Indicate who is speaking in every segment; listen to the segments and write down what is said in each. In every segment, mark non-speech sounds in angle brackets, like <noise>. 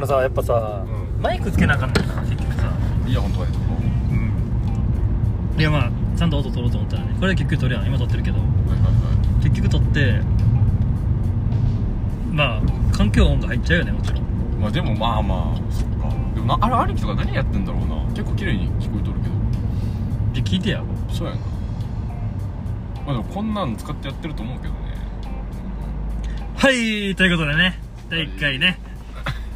Speaker 1: のさやっぱさ、
Speaker 2: う
Speaker 1: マイクつけなあかんねんな結局さ
Speaker 2: イヤホンとかやと
Speaker 1: うんいやまあちゃんと音取ろうと思ったらねこれ結局取るやん今取ってるけど
Speaker 2: はいはいは
Speaker 1: 結局取ってまあ環境音が入っちゃうよねもちろん
Speaker 2: いまあでもまあまあそっかでもなあれ兄貴とか何やってんだろうな結構綺麗に聞こえとるけ
Speaker 1: で
Speaker 2: ど
Speaker 1: 聞いてや
Speaker 2: そうやなまあでもこんなん使ってやってると思うけどね
Speaker 1: はいということでね第1回ね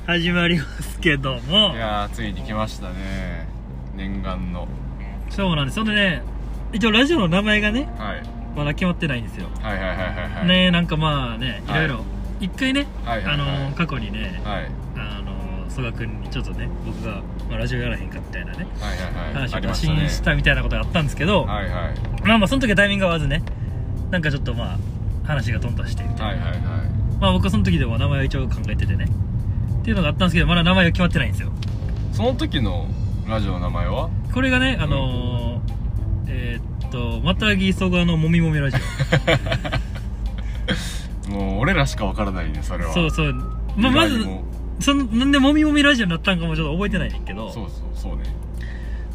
Speaker 1: 始まりますけども
Speaker 2: いやーついに来ましたね念願の
Speaker 1: そうなんですそんでね一応ラジオの名前がね
Speaker 2: はい
Speaker 1: まだ決まってないんですよ、
Speaker 2: はいはいはいはいはい
Speaker 1: ねなんかまあねい
Speaker 2: はい
Speaker 1: ろいろ一回ね、
Speaker 2: はいはい
Speaker 1: あ
Speaker 2: はい
Speaker 1: の過去にね
Speaker 2: はい
Speaker 1: あの曽我君にちょっとね僕が、まあ、ラジオやらへんかみたいなね
Speaker 2: はいはいはい
Speaker 1: 話
Speaker 2: あ
Speaker 1: を
Speaker 2: り
Speaker 1: 打
Speaker 2: ました
Speaker 1: 診
Speaker 2: ね
Speaker 1: したみたいなことがあったんですけど
Speaker 2: はいはい
Speaker 1: まあまあその時はタイミングが合わずねなんかちょっとまあ話がトントンしてみたいな、
Speaker 2: はいはいはい
Speaker 1: まあ僕はその時でも名前を一応考えててねっていうのがあったんですけどまだ名前が決まってないんですよ
Speaker 2: その時のラジオの名前 <laughs> は
Speaker 1: これがねあのーえーっとまたぎそがのもみもみラジ
Speaker 2: <laughs> もう俺らしかわからないねそれ
Speaker 1: オ
Speaker 2: は
Speaker 1: そうそうまあま
Speaker 2: 意
Speaker 1: ず
Speaker 2: 外にも
Speaker 1: そのなんでもみもみラジオになったんかもちょっと覚えてないねんけど
Speaker 2: そうそうそうね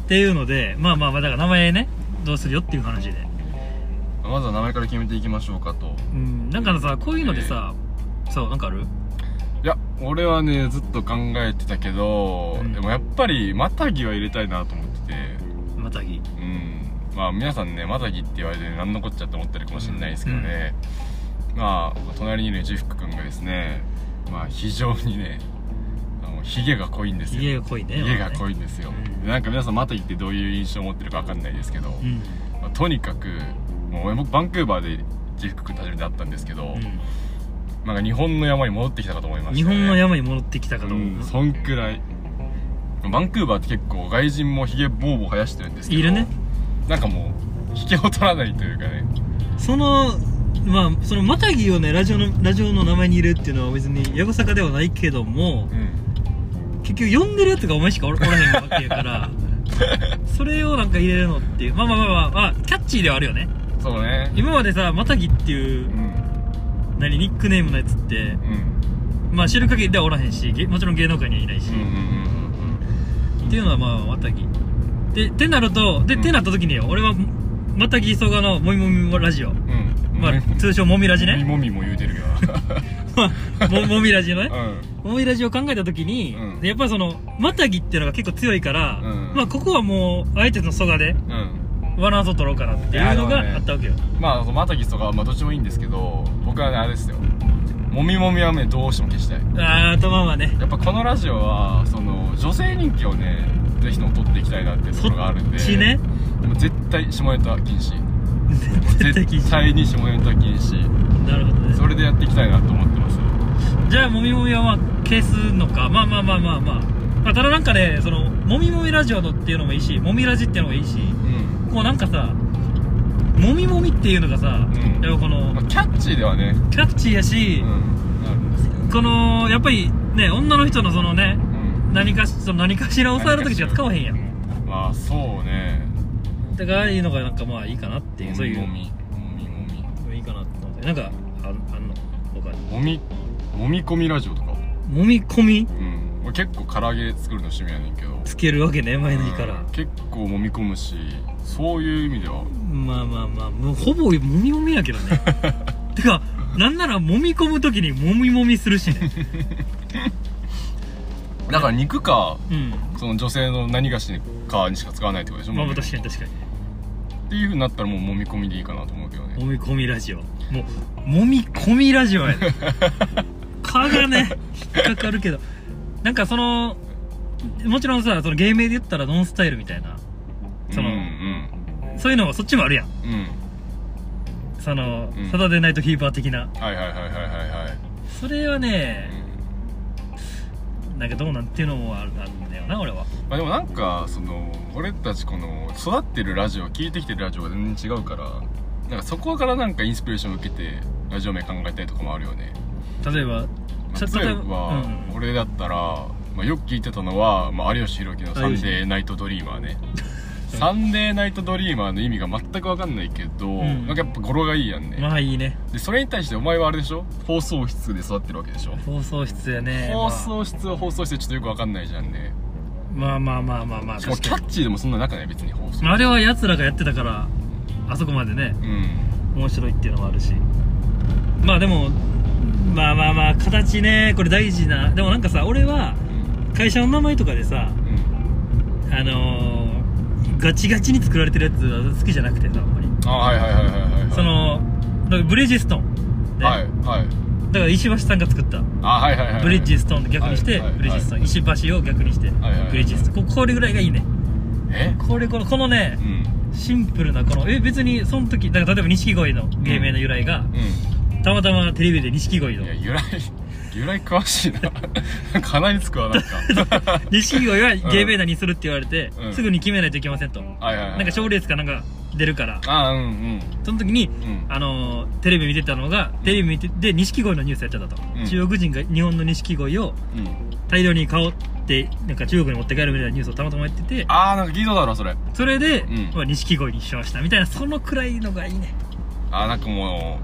Speaker 1: っていうのでまあまあまあだから名前ねどうするよっていう話で
Speaker 2: まずは名前から決めていきましょうかと
Speaker 1: うんなんかさこういうのでさ、そうなんかある
Speaker 2: いや俺はねずっと考えてたけど、
Speaker 1: うん
Speaker 2: でもやっぱりマタギは入れたいなと思ってて
Speaker 1: またぎ
Speaker 2: うんまあ皆さんねマタギって言われて何のこっちゃって思ってるかもしれないですけどね、まあ隣にいるジフク君がですねまあ非常にねあのヒゲが濃いんですよ
Speaker 1: 家が濃いね
Speaker 2: ヒゲが濃
Speaker 1: い
Speaker 2: いんですよ、
Speaker 1: うん
Speaker 2: でなんか皆さんマタギってどういう印象を持ってるかわかんないですけど、
Speaker 1: うん
Speaker 2: まあとにかくもう僕バンクーバーでジフク君と初めて会ったんですけど、
Speaker 1: うん
Speaker 2: なんか日本の山に戻ってきたかと思いました、ね、
Speaker 1: 日本の山に戻ってきたかと思う、
Speaker 2: うん、そんくらいバンクーバーって結構外人もヒゲボーボー生やしてるんですけど
Speaker 1: いるね
Speaker 2: なんかもうヒゲを取らないというかね
Speaker 1: そのまあそのマタギをねラジオのラジオの名前に入れるっていうのは別にやぶさかではないけども
Speaker 2: うん
Speaker 1: 結局呼んでるやつがお前しかおらおらへんわけやから <laughs> それをなんか入れるのっていうまあまあまあまあ、まあ、キャッチーではあるよね
Speaker 2: そうね
Speaker 1: 今までさマタギっていううん何ニックネームのやつって
Speaker 2: うん
Speaker 1: まあ知る限りではおらへんしげもちろん芸能界にはいないし、
Speaker 2: うんうん
Speaker 1: っていうのはまあマタギでてなるとで、
Speaker 2: うん
Speaker 1: てなった時によ俺はマタギ磯川のもみもみラジオ
Speaker 2: うんうんうん
Speaker 1: まあ通称もみラジね
Speaker 2: もみもみも言うてるよ
Speaker 1: <laughs> ももみラジのね
Speaker 2: う
Speaker 1: もみラジを考えた時に、
Speaker 2: うん
Speaker 1: でやっぱりそのマタギっていうのが結構強いから、
Speaker 2: うん
Speaker 1: まあここはもうあえての蘇我で
Speaker 2: んうん
Speaker 1: バランスを取ろうかなっていうの
Speaker 2: いやでもね
Speaker 1: があったわけよ、
Speaker 2: まあそのマタギスとかはまあどっちもいいんですけど僕はねあれですよもみもみはねどうしても消したい
Speaker 1: あー頭はね
Speaker 2: やっぱこのラジオはその女性人気をねぜひとも取っていきたいなっていうところがあるんで
Speaker 1: 血ね
Speaker 2: でも絶対下ネタ禁止
Speaker 1: 絶対禁
Speaker 2: 絶
Speaker 1: 止
Speaker 2: 対に下ネタ禁止
Speaker 1: なるほどね
Speaker 2: それでやっていきたいなと思ってます
Speaker 1: じゃあもみもみはまあ消すのかまあまあまあまあまあ、まあ、ただなんかねそのもみもみラジオのっていうのもいいしもみラジっていうのもいいし
Speaker 2: うん、
Speaker 1: こうなんかさもみもみっていうのがさ、
Speaker 2: うん
Speaker 1: やっぱこの
Speaker 2: まあ、キャッチーではね
Speaker 1: キャッチーやし
Speaker 2: う、んなるんですけど
Speaker 1: このやっぱりね女の人のそのね
Speaker 2: うん
Speaker 1: 何かしその何かしらを触るときしか使わへんやん
Speaker 2: まあそうね
Speaker 1: だからああいうのがなんかまあいいかなっていうそういう
Speaker 2: もみもみもみ
Speaker 1: いいかなって思ってなんかああんの他に
Speaker 2: もみもみ込みラジオとか
Speaker 1: もみ込み
Speaker 2: うん俺結構唐揚げ作るの趣味やねんけど
Speaker 1: つけるわけね前の日から
Speaker 2: うん、結構もみ込むしそういう意味では
Speaker 1: まあまあまあもうほぼもみもみやけど <laughs> ねてかなんならもみ込むときにもみもみするしね <laughs>
Speaker 2: だから肉か
Speaker 1: うん
Speaker 2: その女性の何がしかにしか使わないってことでしょ
Speaker 1: まあ
Speaker 2: もみ込み
Speaker 1: 確かに確かに
Speaker 2: っていうふうになったらもうもみ込みでいいかなと思うけどね
Speaker 1: もみ込みラジオもうもみ込みラジオや
Speaker 2: <laughs>
Speaker 1: ね蚊がね引っかかるけどなんかそのもちろんさその芸名で言ったらノンスタイルみたいなその
Speaker 2: うんうん
Speaker 1: そういうのがそっちもあるやん
Speaker 2: うん
Speaker 1: その、
Speaker 2: うん
Speaker 1: サタデーナイトフィーバー的な
Speaker 2: はいはいはいはいはいはい
Speaker 1: それは
Speaker 2: う
Speaker 1: ね
Speaker 2: ん
Speaker 1: なんかどうなんっていうのもあるあるんだよな俺は
Speaker 2: まあでもなんかその俺たちこの育ってるラジオ聞いてきてるラジオが全然違うからなんかそこからなんかインスピレーションを受けてラジオ名考えたりとかもあるよね
Speaker 1: 例えば
Speaker 2: ま
Speaker 1: ちょ
Speaker 2: あ例え
Speaker 1: う
Speaker 2: ば
Speaker 1: ん
Speaker 2: 俺だったら、まあ、よく聞いてたのは、まあ、有吉弘樹の「サンデーナイトドリーマーね」サンデーナイトドリーマーの意味が全く分かんないけど、
Speaker 1: ん
Speaker 2: なんかやっぱ語呂がいいやんね、
Speaker 1: まあいいね
Speaker 2: でそれに対してお前はあれでしょ放送室で育ってるわけでしょ
Speaker 1: 放送室やね
Speaker 2: 放送室は放送室でちょっとよく分かんないじゃんね
Speaker 1: まあまあまあまあまあまあ
Speaker 2: しかも
Speaker 1: 確
Speaker 2: キ
Speaker 1: か
Speaker 2: ャ
Speaker 1: に
Speaker 2: ッチーでもそんななくない別に放送
Speaker 1: あれは奴らがやってたからあそこまでね
Speaker 2: うん
Speaker 1: 面白いっていうのもあるしまあでもまあまあまあ形ねこれ大事なでもなんかさ俺は
Speaker 2: うん
Speaker 1: 会社の名前とかでさ
Speaker 2: うん
Speaker 1: あのーガチガチに作られてるやつは好きじゃなくてさあんまり
Speaker 2: あはいはいはいはいはい
Speaker 1: そのだからブリヂストン、ね
Speaker 2: はいはい
Speaker 1: だから石橋さんが作った
Speaker 2: あはいはいはいはい
Speaker 1: ブリッジストンで逆にして、
Speaker 2: はいはい
Speaker 1: ブリッジストン、
Speaker 2: はい
Speaker 1: 石橋を逆にして、
Speaker 2: はいはい
Speaker 1: ブリッジストンここれぐらいがいいね
Speaker 2: え
Speaker 1: これこのこのね
Speaker 2: うん
Speaker 1: シンプルなこのえ別にその時だから例えば錦鯉の芸名の由来が、
Speaker 2: う
Speaker 1: たまたまテレビで錦鯉
Speaker 2: ん
Speaker 1: の
Speaker 2: いや由来 <laughs> 由来詳しいななんか <laughs> 鼻につくわなんか <laughs>
Speaker 1: 錦鯉は芸名だにするって言われて、
Speaker 2: うん
Speaker 1: すぐに決めないといけませんと、
Speaker 2: はいはいは
Speaker 1: な
Speaker 2: い
Speaker 1: んか賞レースかなんか出るから
Speaker 2: あうんうん
Speaker 1: その時に
Speaker 2: うん
Speaker 1: あのーテレビ見てたのがテレビ見てで錦鯉のニュースやってたと、
Speaker 2: うん
Speaker 1: 中国人が日本の錦鯉を
Speaker 2: うん
Speaker 1: 大量に買おうってなんか中国に持って帰るみたいなニュースをたまたまやってて
Speaker 2: あーなんか聞いたことあるわそれ
Speaker 1: それで
Speaker 2: ん
Speaker 1: まあ錦鯉、にしましたみたいなそのくらいのがいいね
Speaker 2: あーなんかも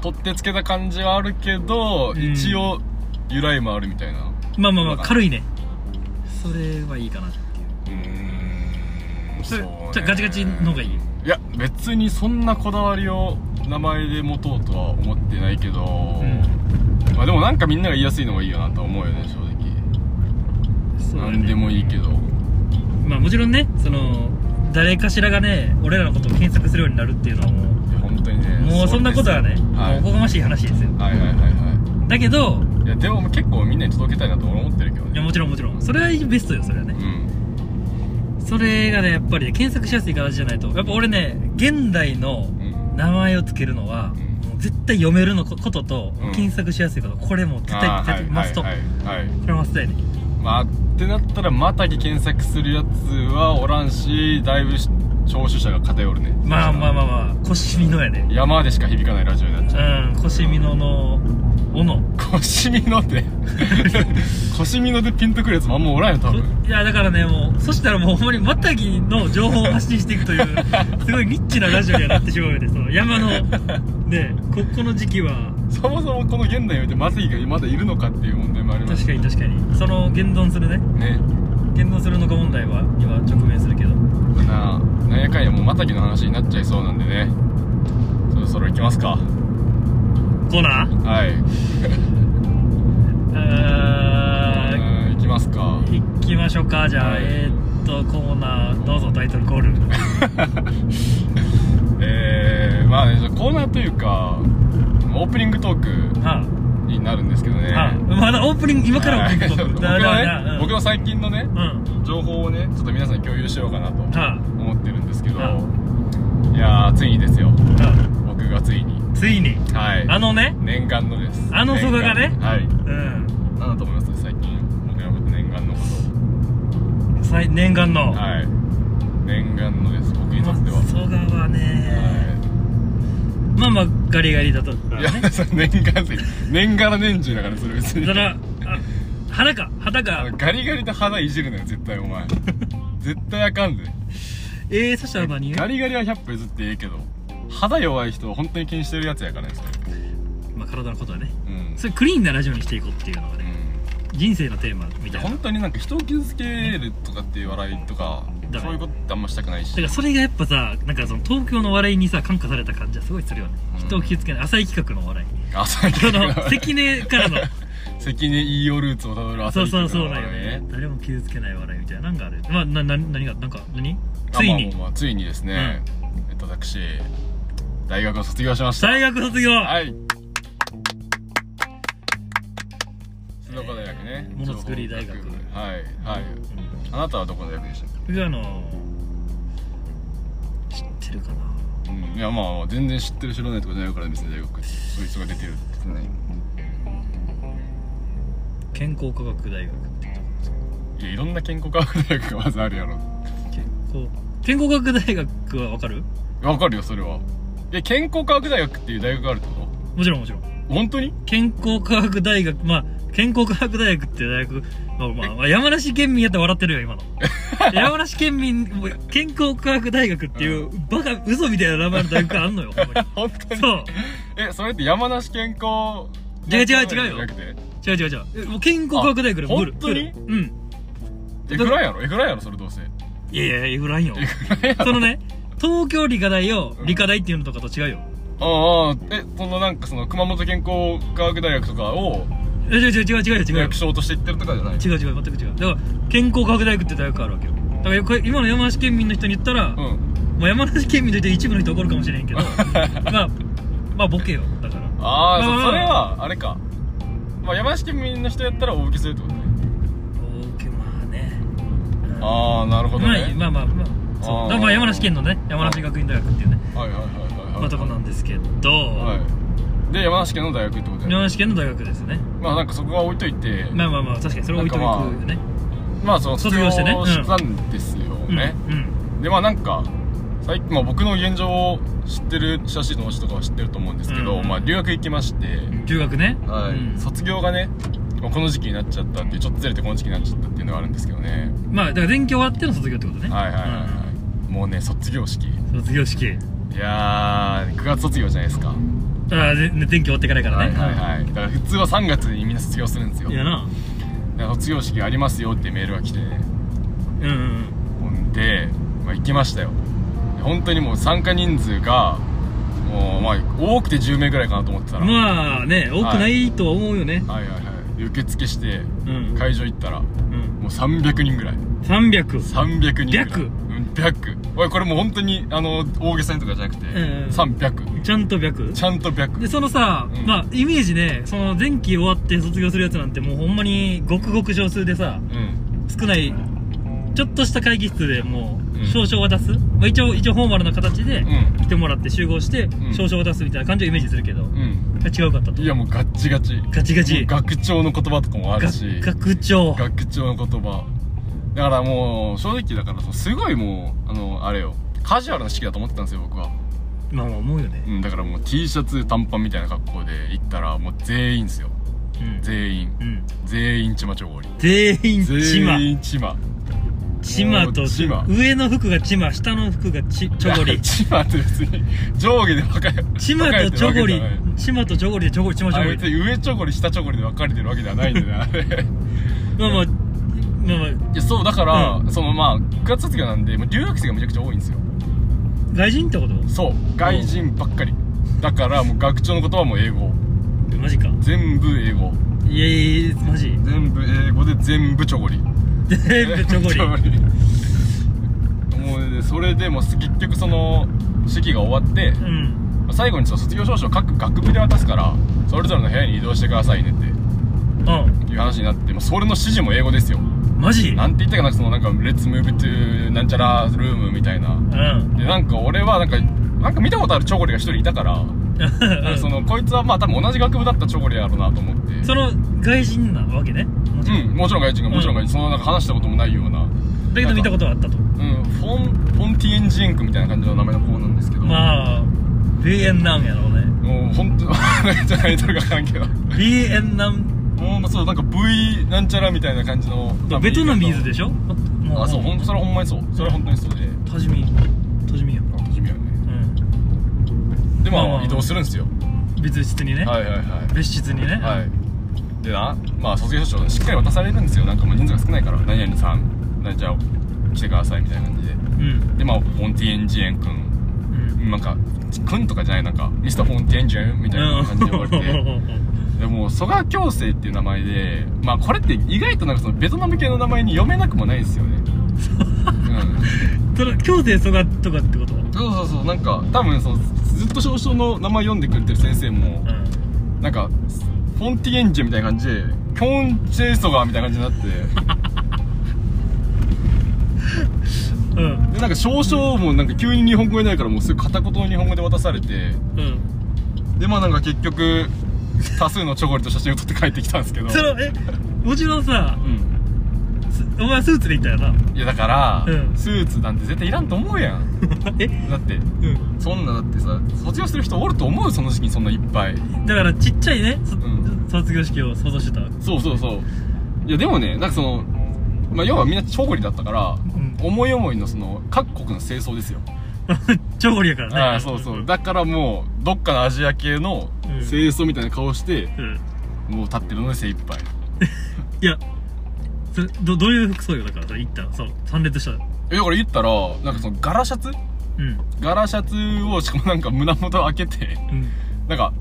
Speaker 2: う取ってつけた感じはあるけど、
Speaker 1: うん
Speaker 2: 一応由来もあるみたいな
Speaker 1: まあまあまあ
Speaker 2: まあ
Speaker 1: 軽いねそれはいいかなっていう
Speaker 2: うーん
Speaker 1: それ
Speaker 2: ね
Speaker 1: じゃあガチガチの方がいい
Speaker 2: いや別にそんなこだわりを名前で持とうとは思ってないけど、まあでもなんかみんなが言いやすいのがいいよなとは思うよね正直
Speaker 1: そうだね
Speaker 2: 何でもいいけど
Speaker 1: まあもちろんねその誰かしらがね俺らのことを検索するようになるっていうのはも
Speaker 2: いや本当にね
Speaker 1: うもうそんなことはね、
Speaker 2: そうですはい
Speaker 1: もうおこがましい話ですよ
Speaker 2: はいはいはいは
Speaker 1: だけど
Speaker 2: いいやでも結構みんなに届けたいなと俺思ってるけど
Speaker 1: いや
Speaker 2: ね
Speaker 1: もちろんもちろんそれはベストよそれはね
Speaker 2: うん
Speaker 1: それがねやっぱりね検索しやすい形じゃないとやっぱ俺ね現代の
Speaker 2: うん
Speaker 1: 名前をつけるのは、
Speaker 2: うん
Speaker 1: もう絶対読めるのこことと、
Speaker 2: うん
Speaker 1: 検索しやすいことこれもう絶対
Speaker 2: あ
Speaker 1: 絶
Speaker 2: ー
Speaker 1: 対マスト、
Speaker 2: はいはい、はいはい
Speaker 1: これはマストやね
Speaker 2: まあってなったらまたぎ検索するやつはおらんしだいぶし聴取者が偏るね
Speaker 1: まあまあまあまあ腰みのやね
Speaker 2: 山でしか響かないラジオになっちゃう
Speaker 1: うん腰みのの斧
Speaker 2: <laughs> 腰みので腰みのでピンとくるやつもあんまおらんよ多分
Speaker 1: いやだからねもうそしたらもうほんまにマタギの情報を発信していくと
Speaker 2: <laughs>
Speaker 1: いうすごいニッチなラジオにはなってしまうよねその山のねここの時期は
Speaker 2: そもそもこの現代においてマタギがまだいるのかっていう問題もあります
Speaker 1: 確かに確かにその言論するね
Speaker 2: ね
Speaker 1: 言論するのか問題は今直面するけど
Speaker 2: ななんやかんやもうマタギの話になっちゃいそうなんでねそろそろ行きますか
Speaker 1: コーナー
Speaker 2: はい
Speaker 1: あ
Speaker 2: うん行きますか
Speaker 1: ー行きましょうかじゃあ、
Speaker 2: はい
Speaker 1: えーっとコーナーどうぞタイトルコール
Speaker 2: えー、まあねちょっとコーナーというかオープニングトーク
Speaker 1: あ
Speaker 2: になるんですけどね
Speaker 1: あまだオープニング今からオープニングトーク
Speaker 2: <laughs> 僕
Speaker 1: だ
Speaker 2: は
Speaker 1: だだ
Speaker 2: ね僕の最近のね
Speaker 1: うんうん
Speaker 2: 情報をねちょっと皆さんに共有しようかなと
Speaker 1: あ
Speaker 2: 思ってるんですけど、
Speaker 1: はい
Speaker 2: いやーついにですよ
Speaker 1: あ
Speaker 2: 僕がついに
Speaker 1: ついに
Speaker 2: はい
Speaker 1: あのね
Speaker 2: 念願のです
Speaker 1: あの蘇我がね
Speaker 2: 念願はい
Speaker 1: うん
Speaker 2: 何だと思います最近僕らの念願のこ
Speaker 1: 最念願の、
Speaker 2: とはい念願のです僕にとっては、
Speaker 1: まあ蘇我はね、まあまあガリガリだと
Speaker 2: はい、
Speaker 1: だ
Speaker 2: いやそれ <laughs> 念願って念柄年中だからそれ別に
Speaker 1: からあ肌か肌
Speaker 2: あ
Speaker 1: か
Speaker 2: のガリガリと肌いじるなよ絶対
Speaker 1: <laughs>
Speaker 2: お前絶対あかんで
Speaker 1: えー、そしたら何
Speaker 2: ガリガリは100歩譲っていいけど肌弱い人は本当に気にしてるやつやからねそれ
Speaker 1: まあ体のことはね
Speaker 2: うん
Speaker 1: それクリーンなラジオにしていこうっていうのが
Speaker 2: う
Speaker 1: ね
Speaker 2: ん
Speaker 1: 人生のテーマみたいなだ
Speaker 2: 本当になんか人を傷つけるとかっていう笑いとか
Speaker 1: だか
Speaker 2: そ
Speaker 1: ら
Speaker 2: ういうことってあんましたくないし
Speaker 1: からそれがやっぱさなんかその東京の笑いにさ感化された感じはすごいするよね、
Speaker 2: うん
Speaker 1: 人を傷つけない浅い企画の笑い
Speaker 2: あ最
Speaker 1: そ
Speaker 2: 近
Speaker 1: の
Speaker 2: <laughs>
Speaker 1: 関根からの
Speaker 2: 関根いいよルーツをたどる
Speaker 1: そ
Speaker 2: 朝
Speaker 1: う
Speaker 2: 日
Speaker 1: そう
Speaker 2: の
Speaker 1: そうだよね誰も傷つけない笑いみたいななんかあるまあなな何がなんか何
Speaker 2: あ
Speaker 1: ついに
Speaker 2: まあまあまあついにですね、えっと私大学を卒業しました
Speaker 1: 大学卒業、
Speaker 2: はい静岡大学ね
Speaker 1: ものづくり大学
Speaker 2: 情報学部はいはい
Speaker 1: うん
Speaker 2: あなたはどこの大学でしたっ
Speaker 1: 僕あの知ってるかな
Speaker 2: けうんいやまあまあ全然知ってる知らないとかじゃないから別に大学そいつが出てるって言ってない
Speaker 1: 健康科学大学っていうとこ
Speaker 2: いやいろんな健康科学大学がまずあるやろ
Speaker 1: 健康健康科学大学はわかる
Speaker 2: わかるよそれはいや健康科学大学っていう大学があるってこ
Speaker 1: もちろんもちろん
Speaker 2: と本当に
Speaker 1: 健康科学大学まあ健康科学大学っていう大学、まあまあまあ、山梨県民やったら笑ってるよ、
Speaker 2: <laughs>
Speaker 1: 今の。山梨県民、もう健康科学大学っていう、バカ、嘘みたいな名前の大学があんのよ、ほんまに
Speaker 2: 本当に
Speaker 1: そう。
Speaker 2: えそれって山梨健康
Speaker 1: 違う違う違うよ
Speaker 2: じゃなくて
Speaker 1: 違う違う違うえ。もう健康科学大学でも
Speaker 2: あ
Speaker 1: 無理
Speaker 2: 本当に
Speaker 1: 無理うん。
Speaker 2: えぐらいやろえぐらいやろそれどうせ
Speaker 1: いやいや、エグラ
Speaker 2: <laughs>
Speaker 1: インよ。
Speaker 2: やろ
Speaker 1: そのね、東京理科大を
Speaker 2: うん
Speaker 1: 理科大っていうのとかと違うよ。
Speaker 2: ああえそのなんかその熊本健康科学大学とかを
Speaker 1: え違う違う違う違う違う違うよ
Speaker 2: 略称として言ってるとかじゃない
Speaker 1: 違う違う全く違うだから健康科学大学って大学あるわけよだからこれ今の山梨県民の人に言ったら、
Speaker 2: うん
Speaker 1: まあ、山梨県民の人一部の人怒るかもしれん
Speaker 2: <laughs>
Speaker 1: けどまあまあボケよだから
Speaker 2: ああ、
Speaker 1: まあまあ
Speaker 2: そそれはあれか、まあ、山梨県民の人やったら大受けするってことね
Speaker 1: ボケまあね
Speaker 2: ああなるほど
Speaker 1: まあ
Speaker 2: ね
Speaker 1: いい、まあまあまあそう
Speaker 2: あー
Speaker 1: だからまあ山梨県のね山梨学院大学っていうね
Speaker 2: はいはいはいはいはい
Speaker 1: まあとこなんですけど、
Speaker 2: はいで山梨県の大学ってことね
Speaker 1: 山梨県の大学ですね
Speaker 2: まあなんかそこは置いといてま
Speaker 1: まあまあまあ確かにそれ置いといくよね
Speaker 2: あその
Speaker 1: 卒業してね
Speaker 2: 卒業したんですよね、
Speaker 1: うん、うん
Speaker 2: でまあなんか最近、まあ、僕の現状を知ってる親しい友達とかは知ってると思うんですけど、
Speaker 1: うん
Speaker 2: まあ留学行きまして、
Speaker 1: 中学ね、
Speaker 2: はい
Speaker 1: うん
Speaker 2: 卒業がねまあこの時期になっちゃったっていうちょっとずれてこの時期になっちゃったっていうのがあるんですけどね
Speaker 1: まあだから勉強終わっての卒業ってことね
Speaker 2: はいはいはいはいもうね卒業式
Speaker 1: うん卒業式
Speaker 2: いやー9月卒業じゃないですか、
Speaker 1: ああで天気終わってからやから
Speaker 2: はい
Speaker 1: ね
Speaker 2: はいはいだから普通は3月にみんな卒業するんですよ
Speaker 1: いや
Speaker 2: だか
Speaker 1: な
Speaker 2: ら卒業式ありますよってメールが来て
Speaker 1: うんうん
Speaker 2: ほんで、まあ、行きましたよで本当にもう参加人数がもうまあ多くて10名ぐらいかなと思ってたら、
Speaker 1: まあね多くないとは思うよね、
Speaker 2: はいはいはいで受付して
Speaker 1: うん、
Speaker 2: 会場行ったらも
Speaker 1: うん、
Speaker 2: う300人ぐらい
Speaker 1: 300
Speaker 2: 300人ぐらい
Speaker 1: 百
Speaker 2: うん百おいこれもう本当にあの大げさにとかじゃなくて、
Speaker 1: んうん
Speaker 2: 300
Speaker 1: ちゃんと100
Speaker 2: ちゃんと100
Speaker 1: でそのさ、
Speaker 2: うん
Speaker 1: まあイメージねその前期終わって卒業するやつなんてもうほんまにごくごく少数でさ
Speaker 2: うん
Speaker 1: 少ないちょっとした会議室でも
Speaker 2: うん
Speaker 1: う少々渡す、まあ、一応一応フォーマルな形で
Speaker 2: うん
Speaker 1: 来てもらって集合して
Speaker 2: ん
Speaker 1: 少々渡すみたいな感じをイメージするけど、
Speaker 2: うん
Speaker 1: 違うかったと
Speaker 2: いやもうガッチガチ
Speaker 1: ガチガチ
Speaker 2: もう学長の言葉とかもあるし
Speaker 1: が学長
Speaker 2: 学長の言葉だからもう正直だからそうすごいもうあのあれよカジュアルな式だと思ってたんですよ僕は、
Speaker 1: まあまあ思うよね
Speaker 2: う、ん、だからもう T シャツ短パンみたいな格好で行ったらもう全員ですよ
Speaker 1: うん
Speaker 2: 全員
Speaker 1: うん、
Speaker 2: 全員チマチョゴリ
Speaker 1: 全員チマ
Speaker 2: 全員チマ
Speaker 1: チマと
Speaker 2: チマ
Speaker 1: 上の服がチマ下の服がチチョゴ
Speaker 2: いや
Speaker 1: リ
Speaker 2: チマって別に上下で分かれ
Speaker 1: チマとチョゴリチマとチョゴリでチョゴリチマチ
Speaker 2: あ
Speaker 1: ョゴ
Speaker 2: れ
Speaker 1: リ
Speaker 2: 別に上チョゴリ下チョゴリで分かれてるわけではないんだ
Speaker 1: まあ
Speaker 2: な
Speaker 1: まあまあまあ
Speaker 2: いやそうだから、そのまあ9月卒業なんでもう留学生がめちゃくちゃ多いんですよ
Speaker 1: 外人ってこと
Speaker 2: そう外人ばっかりだからもう学長の言葉も英語
Speaker 1: マジか
Speaker 2: 全部英語
Speaker 1: いやいやマジ
Speaker 2: 全部英語で全部チョゴリ
Speaker 1: 全部チョゴ
Speaker 2: <laughs>
Speaker 1: リ
Speaker 2: ゴリもうねそれでもう結局その式が終わって
Speaker 1: うん
Speaker 2: 最後にその卒業証書を各学部で渡すからそれぞれの部屋に移動してくださいねっ
Speaker 1: あ
Speaker 2: ていう話になってもうそれの指示も英語ですよ
Speaker 1: マジ
Speaker 2: なんて言ったかなそのなんか「レッツムーブトゥなんちゃらルーム」みたいな
Speaker 1: うん
Speaker 2: でなんか俺はなんかなんか見たことあるチョゴリが一人いたから
Speaker 1: うん
Speaker 2: そのこいつはまあ多分同じ学部だったチョゴリやろうなと思って
Speaker 1: <laughs> その外人なわけねもちろん
Speaker 2: うんもちろん外人がもちろん外人、そのなんか話したこともないような
Speaker 1: だけど見たことはあったと
Speaker 2: うんフォンフォンティエンジンクみたいな感じの名前の子なんですけど
Speaker 1: まあビエンナムやろうね
Speaker 2: もう本当なんじゃないとるか分からんけど
Speaker 1: ビエンナム
Speaker 2: もうそうなんか V なんちゃらみたいな感じの
Speaker 1: ベトナミーズでしょも
Speaker 2: あそう本当それほんまにそうそれは本当にそうで
Speaker 1: とじみとじみやん
Speaker 2: あ君はね
Speaker 1: うん
Speaker 2: で
Speaker 1: まあ
Speaker 2: ま
Speaker 1: ま
Speaker 2: あ
Speaker 1: あ
Speaker 2: 移動するんですよ
Speaker 1: 別室にね
Speaker 2: はいはいはい
Speaker 1: 別室にね
Speaker 2: はいでなまあ卒業証書しっかり渡されるんですよなんかもう人数が少ないから何々さん何々来てくださいみたいな感じで
Speaker 1: うん
Speaker 2: でまあフォンティエンジエン君
Speaker 1: うん
Speaker 2: なんか、くんとかじゃない、なんか、ミスターフォンテンジェンみたいな感じで呼ばれ
Speaker 1: <laughs>
Speaker 2: て。でも、蘇我共生っていう名前で、まあこれって意外となんかそのベトナム系の名前に読めなくもないですよね。うん。
Speaker 1: その京都蘇我とかってこと
Speaker 2: そうそうそう、なんか、多分その、ずっと少々の名前読んでくれてる先生も
Speaker 1: う、ん
Speaker 2: なんか、フォンティエンジェンみたいな感じで、キョンチェソガーみたいな感じになって、
Speaker 1: うん
Speaker 2: で、なんか少々もなんか急に日本語になるからもうすぐ片言の日本語で渡されて、
Speaker 1: うん
Speaker 2: で、まあなんか結局、多数のチョコレート写真を撮って帰ってきたんですけど。
Speaker 1: そのえもちろんさ
Speaker 2: うん。
Speaker 1: すお前スーツで行ったよない
Speaker 2: やだから、
Speaker 1: うん
Speaker 2: スーツなんて絶対いらんと思うやん
Speaker 1: <laughs> え
Speaker 2: だって
Speaker 1: うん
Speaker 2: そんなだってさ卒業する人おると思うその時期にそんないっぱい
Speaker 1: だからちっちゃいねそ
Speaker 2: ん
Speaker 1: 卒卒業式を想像してたう
Speaker 2: そうそうそういやでもねなんかその、まあ、要はみんな長距離だったから、
Speaker 1: ん
Speaker 2: 思い思いのその各国の清掃ですよ
Speaker 1: 超ゴリやからね
Speaker 2: ああそうそうだからもうどっかのアジア系の
Speaker 1: うん
Speaker 2: 清掃みたいな顔して、
Speaker 1: うん
Speaker 2: もう立ってるので精一杯
Speaker 1: いやそれどどういう服装よだからそれ行ったそう参列した
Speaker 2: えだから言ったらなんかそのガラシャツ
Speaker 1: うん
Speaker 2: ガラシャツをしかもなんか胸元開けて <laughs>
Speaker 1: うん
Speaker 2: なんか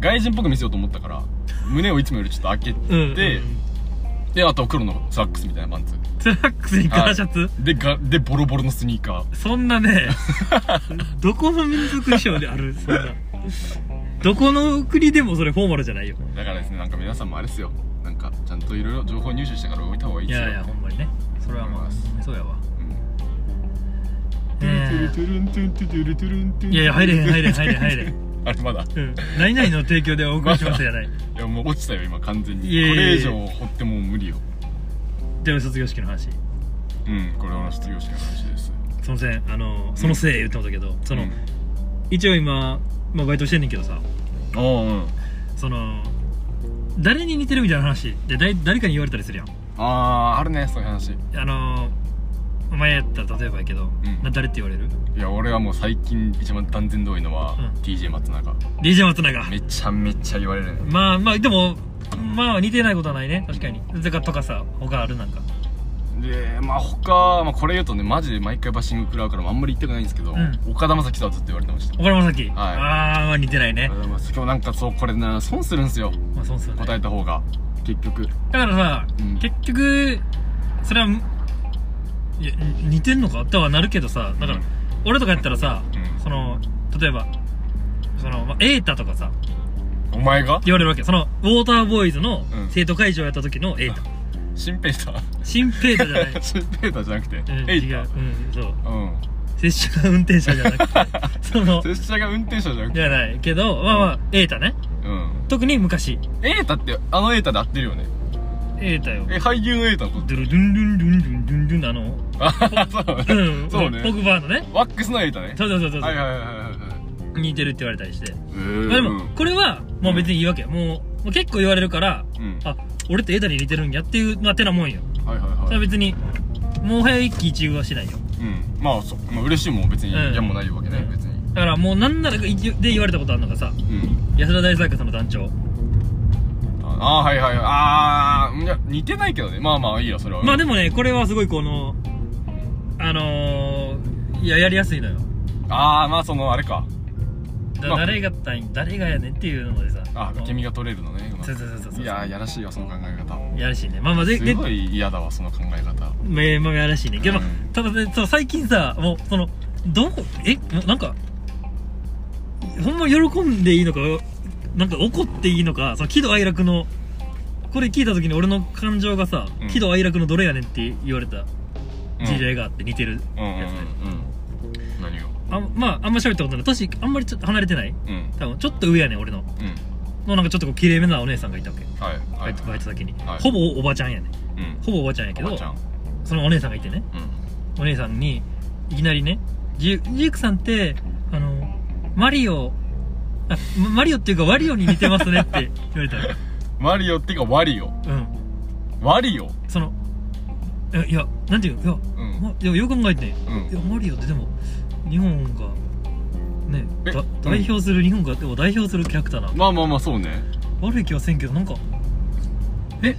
Speaker 2: 外人っぽく見せようと思ったから胸をいつもよりちょっと開けて、
Speaker 1: うん
Speaker 2: で
Speaker 1: うん
Speaker 2: あとは黒のスラックスみたいなパンツ
Speaker 1: スラックスにガラシャツ、
Speaker 2: でがでボロボロのスニーカー
Speaker 1: そんな <laughs> ねどこの民族衣装であるそんなどこの国でもそれフォーマルじゃないよ
Speaker 2: だからですねなんか皆さんもあれですよなんかちゃんといろいろ情報入手してから動いた方がいい
Speaker 1: い
Speaker 2: ですよ
Speaker 1: やいやほんまにねそれはま
Speaker 2: 思います
Speaker 1: あそうやわ
Speaker 2: うん
Speaker 1: え
Speaker 2: ト
Speaker 1: ー
Speaker 2: ゥルントゥルントゥルントゥルントゥルントゥルン
Speaker 1: いやいや入れへん入れへん入れへん入れへん
Speaker 2: あれまだ
Speaker 1: <laughs> うん何々の提供でお送りしますじゃない
Speaker 2: いやもう落ちたよ今完全にこ
Speaker 1: いやいや
Speaker 2: れ以
Speaker 1: いや
Speaker 2: 上掘ってもう無理よ
Speaker 1: でも卒業式の話
Speaker 2: うんこれは卒業式の話です
Speaker 1: そのせんあのそのせい言ってもったけどその、
Speaker 2: うん
Speaker 1: 一応今、まあ、バイトしてんねんけどさ
Speaker 2: ああうん
Speaker 1: その誰に似てるみたいな話でだい誰かに言われたりするやん
Speaker 2: あああるねそういう話い
Speaker 1: あのお前やったら例えばやけど、
Speaker 2: うん
Speaker 1: な誰って言われる
Speaker 2: や俺はもう最近一番断然遠いのは、
Speaker 1: うん
Speaker 2: TJ 松永
Speaker 1: DJ 松永
Speaker 2: めちゃめちゃ言われるね
Speaker 1: まあまあでもまあ似てないことはないね確かにだからとかさ他あるなんか
Speaker 2: でまあ他、まあ、これ言うとねマジで毎回バッシング食らうからあんまり言いたくないんですけど、
Speaker 1: ん
Speaker 2: 岡田将生とはずっと言われてました
Speaker 1: 岡田将生、あ
Speaker 2: はい
Speaker 1: ーまあ似てないね
Speaker 2: 岡、田将生今日なんかそうこれな損するんすよ
Speaker 1: まあ、そうっすよね
Speaker 2: 答えた方が結局
Speaker 1: だからさ、
Speaker 2: うん
Speaker 1: 結局それはいや似てんのかとはなるけどさだから、
Speaker 2: うん
Speaker 1: 俺とかやったらさ、
Speaker 2: うん
Speaker 1: その例えばその、まあ、エータとかさ
Speaker 2: お前が
Speaker 1: 言われるわけそのウォーターボーイズの
Speaker 2: うん
Speaker 1: 生徒会長やった時のエータ、
Speaker 2: 新ペーター
Speaker 1: 新ペータじゃ
Speaker 2: <laughs>
Speaker 1: ない
Speaker 2: 新ペーターじゃなくて、
Speaker 1: うん
Speaker 2: エイ
Speaker 1: 違
Speaker 2: タ
Speaker 1: うう
Speaker 2: ー
Speaker 1: んそう
Speaker 2: うん
Speaker 1: 拙者が運転者じゃな
Speaker 2: <laughs>
Speaker 1: くてその
Speaker 2: 拙者が運転手じゃなく
Speaker 1: じ
Speaker 2: て
Speaker 1: ゃないけどまあまあエータね
Speaker 2: うん
Speaker 1: 特に昔
Speaker 2: エータってあのエータで合ってるよね
Speaker 1: エータよ
Speaker 2: え俳優のエータのこと
Speaker 1: ドゥルドゥンドゥンドゥンドゥンドゥンドゥンのあの
Speaker 2: あそう
Speaker 1: う
Speaker 2: ね
Speaker 1: ん
Speaker 2: そうね
Speaker 1: ポグバーのね
Speaker 2: ワックスのエータね
Speaker 1: そうそうそうそう、
Speaker 2: はいはいはいはいはい
Speaker 1: 似てるって言われたりして
Speaker 2: え
Speaker 1: まあで
Speaker 2: ー
Speaker 1: も、これは、もう別にいいわけ。もう、もう結構言われるから、
Speaker 2: うん
Speaker 1: あ、俺ってエダに似てるんやっていう、まあ、てなもんよ。
Speaker 2: はいはい
Speaker 1: そ
Speaker 2: はい
Speaker 1: れは別に、もはや一喜一憂はしないよ。
Speaker 2: うんまあそう、まあ、嬉しいもん別に
Speaker 1: うん
Speaker 2: 嫌もないわけね、
Speaker 1: うん
Speaker 2: 別に
Speaker 1: だからもう、なんならで言われたことあるのがさ、
Speaker 2: うん
Speaker 1: 安田大作さんの団長。
Speaker 2: ああーはいはいはいああいや似てないけどねまあまあいいやそれは
Speaker 1: まあで
Speaker 2: も
Speaker 1: もね、これはすごいこの、あのー、いや、やりやすいのよ。
Speaker 2: ああまあそのあれか
Speaker 1: だ
Speaker 2: まあ
Speaker 1: 誰がたい、誰がやねんっていうのでさ。
Speaker 2: あ
Speaker 1: もう
Speaker 2: 受け身が取れるのねうまく
Speaker 1: そうそうそうそうそう。
Speaker 2: いやーやらしいわその考え方
Speaker 1: やらしいね。まあまあ、で、です
Speaker 2: ごい嫌だわその考え方
Speaker 1: めまあやらしいねけど、
Speaker 2: うん
Speaker 1: ただねそう最近さもうそのどうえもうなんかほんま喜んでいいのかなんか怒っていいのかその喜怒哀楽のこれ聞いた時に俺の感情がさ、
Speaker 2: うん
Speaker 1: 喜怒哀楽のどれやねんって言われた GJ があって似てる
Speaker 2: うんうんうん
Speaker 1: やつね、
Speaker 2: うん何を
Speaker 1: あまああんま喋ったことない年あんまりちょっと離れてない
Speaker 2: うん
Speaker 1: 多分ちょっと上やねん俺の
Speaker 2: うん
Speaker 1: のなんかちょっとこう綺麗めなお姉さんがいたわけ
Speaker 2: はいは
Speaker 1: バ
Speaker 2: い
Speaker 1: イトバイト先に、
Speaker 2: はい
Speaker 1: ほぼおばちゃんやねん
Speaker 2: うん
Speaker 1: ほぼおばちゃんやけ
Speaker 2: おば
Speaker 1: ど
Speaker 2: ちゃん
Speaker 1: そのお姉さんがいてね
Speaker 2: うん
Speaker 1: お姉さんにいきなりねジュジュークさんってあのマリオあママリオっていうかワリオに似てますねって言われたの
Speaker 2: マリオっていうかワリオ <laughs>
Speaker 1: うん
Speaker 2: ワリオ
Speaker 1: そのえいやなんていういや,、
Speaker 2: うん
Speaker 1: ま、いやよく考えて、
Speaker 2: うん
Speaker 1: いやマリオってでも日本がね
Speaker 2: え
Speaker 1: だ
Speaker 2: うん
Speaker 1: 代表する日本がでも代表するキャラクターな
Speaker 2: まあまあまあそうね
Speaker 1: 悪い気はせんけどなんかえっ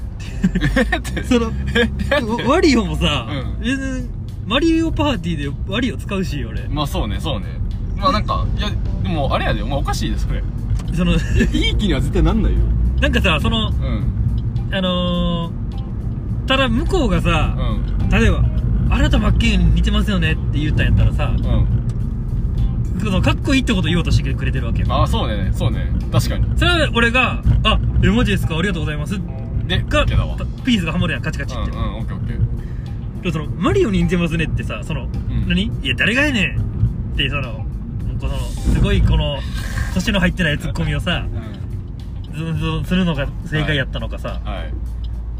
Speaker 2: えって
Speaker 1: てそのわワリオもさ、
Speaker 2: <laughs> うん
Speaker 1: 全然マリオパーティーでワリオ使うし俺
Speaker 2: <laughs> まあそうねそうねまあなんかいやでもあれやでお前おかしいでそれ
Speaker 1: その
Speaker 2: いい気には絶対なんないよ
Speaker 1: なんかさその
Speaker 2: うん
Speaker 1: あのー、ただ向こうが
Speaker 2: う
Speaker 1: さ、
Speaker 2: ん
Speaker 1: 例えば「あなた真っに似てますよね」って言ったんやったらさ
Speaker 2: うん
Speaker 1: そのかっこいいってこと言おうとしてくれてるわけよ
Speaker 2: ああそうねそうね確かに
Speaker 1: それは俺が「あえマジですかありがとうございます」
Speaker 2: でオ
Speaker 1: が
Speaker 2: ッケーだわうん
Speaker 1: ピースがハマるやんカチカチって、
Speaker 2: うんオッケーオッケー
Speaker 1: でもそのマリオに似てますねってさその、
Speaker 2: ん
Speaker 1: 何いや誰がやねんってそのもうこのすごいこの腰の入ってないツッコミをさズンズンするのが正解やったのかさ、
Speaker 2: はい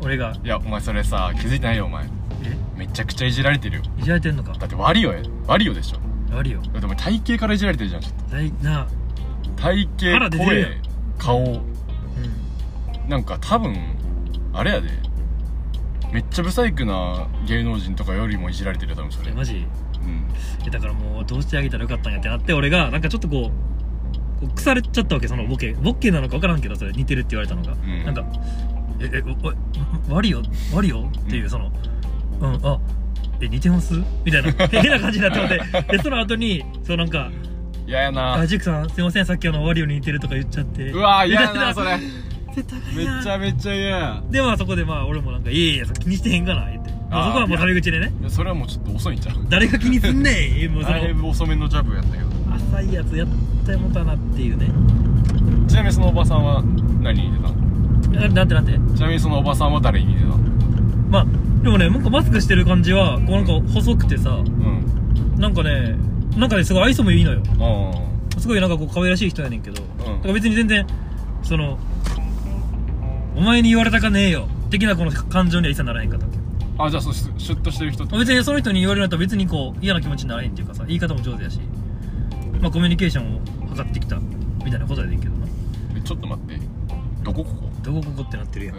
Speaker 1: 俺が
Speaker 2: いやお前それさ気づいてないよお前
Speaker 1: 「え
Speaker 2: めちゃくちゃいじられてるよ
Speaker 1: いじられてんのか
Speaker 2: だってワリオやワリオでしょ
Speaker 1: マリオ
Speaker 2: だってお前体型からいじられてるじゃんちょっ
Speaker 1: だいなあ
Speaker 2: と体
Speaker 1: 腹
Speaker 2: 型
Speaker 1: 出てるやん
Speaker 2: 声顔
Speaker 1: うん
Speaker 2: なんか多分あれやでめっちゃブサイクな芸能人とかよりもいじられてるよ多分そ
Speaker 1: い
Speaker 2: れ
Speaker 1: や
Speaker 2: うん
Speaker 1: マジえだからもうどうしてあげたらよかったんやってなって俺がなんかちょっとこうこう腐れちゃったわけそのボケボケなのか分からんけどそれ似てるって言われたのが、
Speaker 2: ん
Speaker 1: なんか「ええおお悪いよ悪いよ」っていううんその「うん、あえ似てます?」みたいな
Speaker 2: <laughs>
Speaker 1: 変な感じになってもらってでその後にそうなんか
Speaker 2: 嫌
Speaker 1: 「
Speaker 2: やな
Speaker 1: あジュクさんすいませんさっきあの悪いように似てる」とか言っちゃって
Speaker 2: うわ <laughs> 嫌や
Speaker 1: みたい
Speaker 2: なそれ
Speaker 1: 絶対高
Speaker 2: め
Speaker 1: いな
Speaker 2: ちゃめちゃ嫌や
Speaker 1: でまあそこでまあ俺もなんか「いやいや気にしてへんかな」言ってまあ
Speaker 2: あー
Speaker 1: そこはもうタメ口でね
Speaker 2: それはもうちょっと遅いんちゃう
Speaker 1: 「誰が気にすんねん」もうそ
Speaker 2: だい
Speaker 1: の
Speaker 2: ぶ遅めのジャブやったけど
Speaker 1: 浅いやつやってもたなっていうね
Speaker 2: ちなみにそのおばさんは何に似てたの
Speaker 1: ななんてなんて
Speaker 2: ちなみにそのおばさんは誰に似てたの
Speaker 1: まあでもねなんかマスクしてる感じはこうなんか細くてさ
Speaker 2: うん
Speaker 1: なんかねなんかねすごい愛想もいいのよ
Speaker 2: あ
Speaker 1: すごいなんかこう可愛らしい人やねんけど、
Speaker 2: ん
Speaker 1: だから別に全然そのお前に言われたかねえよ的なこの感情には一切ならへんかったわけ
Speaker 2: ああじゃあそうシュシュッとしてる人って
Speaker 1: 別にその人に言われると別にこう嫌な気持ちにならへんっていうかさ言い方も上手やしまあコミュニケーションを図ってきたみたいなことやねんけどな
Speaker 2: えちょっと待ってどここ <laughs> こ
Speaker 1: どこここってなってるやん、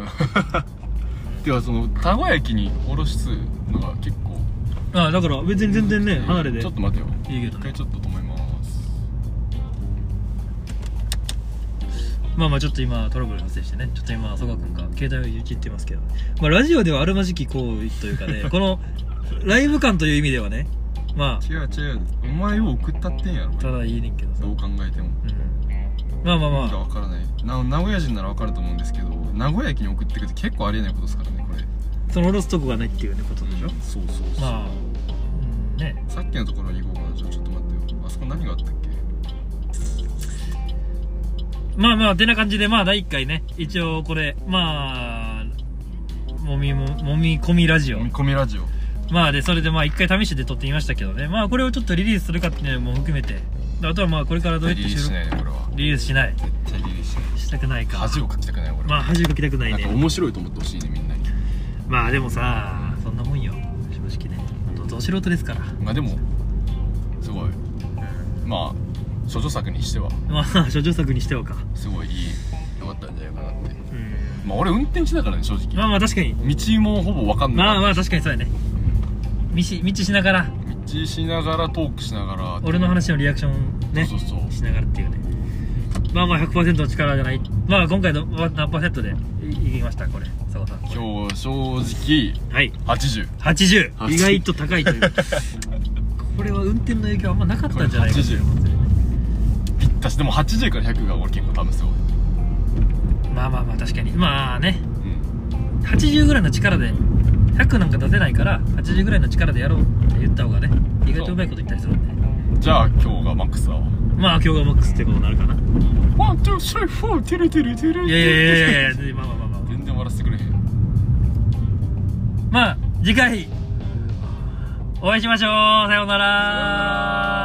Speaker 2: ではそのたこ焼きにおろしすのが結構
Speaker 1: ああだから別に全然ね離れで
Speaker 2: ちょっと待てよ
Speaker 1: いいけどね
Speaker 2: 一回ちょっと止めます
Speaker 1: まあまあちょっと今トラブル発生してねちょっと今曽我君が携帯をいじってますけど、まあ、ラジオではあるまじき行為というか
Speaker 2: <laughs>
Speaker 1: ねこのライブ感という意味ではねま
Speaker 2: 違う違うお前を送ったってんやろ
Speaker 1: あただいいねんけどさ、
Speaker 2: どう考えても
Speaker 1: うん、まあまあま
Speaker 2: 意味が
Speaker 1: あ
Speaker 2: わからないな名古屋人ならわかると思うんですけど名古屋駅に送ってくって結構ありえないことですからねこれ
Speaker 1: その下ろすとこがないっていうねことでしょ、
Speaker 2: そうそうそう、
Speaker 1: まあ、うん、ね
Speaker 2: さっきのところに行こうかなちょちょっと待ってよあそこ何があったっけ
Speaker 1: まあまあてな感じでまあ第1回ね一応これまあもみももみ込みラジオ
Speaker 2: 飲み込みラジオ
Speaker 1: まあでそれでまあ1回試してで撮ってみましたけどねまあこれをちょっとリリースするかっていうのも含めてあとはまあこれからどうやっ
Speaker 2: リ
Speaker 1: て
Speaker 2: リース
Speaker 1: 収
Speaker 2: し
Speaker 1: 録
Speaker 2: ないねこれは
Speaker 1: リリースしない
Speaker 2: 絶対リリースしない
Speaker 1: したくないか
Speaker 2: 恥をかきたくない俺は
Speaker 1: まあ恥をかきたくない
Speaker 2: なんか
Speaker 1: ね
Speaker 2: 面白いと思ってほしいねみんなに
Speaker 1: まあでもさそんなもんよ正直ねどど素人ですから
Speaker 2: まあでもすごいまあ諸女作にしては
Speaker 1: まあ諸女作にしてはか
Speaker 2: すごいいいよかったんじゃないかなって
Speaker 1: うん
Speaker 2: まあ俺運転してたからね正直
Speaker 1: まあまあ確かに
Speaker 2: 道もほぼ分かんない
Speaker 1: まあまあ確かにそうやね道道しながら
Speaker 2: 道しながらトークしながら
Speaker 1: 俺の話のリアクションね
Speaker 2: そうそうそう
Speaker 1: しながらっていうねまあまあ100%の力じゃないまあ今回のまあ何パーセントでいいきましたこれ佐賀さんこれ
Speaker 2: 今日正
Speaker 1: はい
Speaker 2: 直80
Speaker 1: 80
Speaker 2: 80
Speaker 1: 意外と高い
Speaker 2: <laughs>
Speaker 1: というこれは運転の影響あんまなかったんじゃないか
Speaker 2: これ80ぴったしでも80から100が俺結構多分すごい、
Speaker 1: まあまあまあ確かにまあね
Speaker 2: うん、
Speaker 1: 80ぐらいの力で100なんか出せないから80ぐらいの力でやろうって言った方がね意外とうまいこと言ったりするんで
Speaker 2: じゃあ今日がマックスだわ
Speaker 1: まあ今日がマックスってことになるかな
Speaker 2: ワン、ツー、スリー、フォー、テルテルテル
Speaker 1: いやいやいやいやいやまあまあまあまあ
Speaker 2: 全然終わらせてくれへん
Speaker 1: まあ次回お会いしましょうさようなら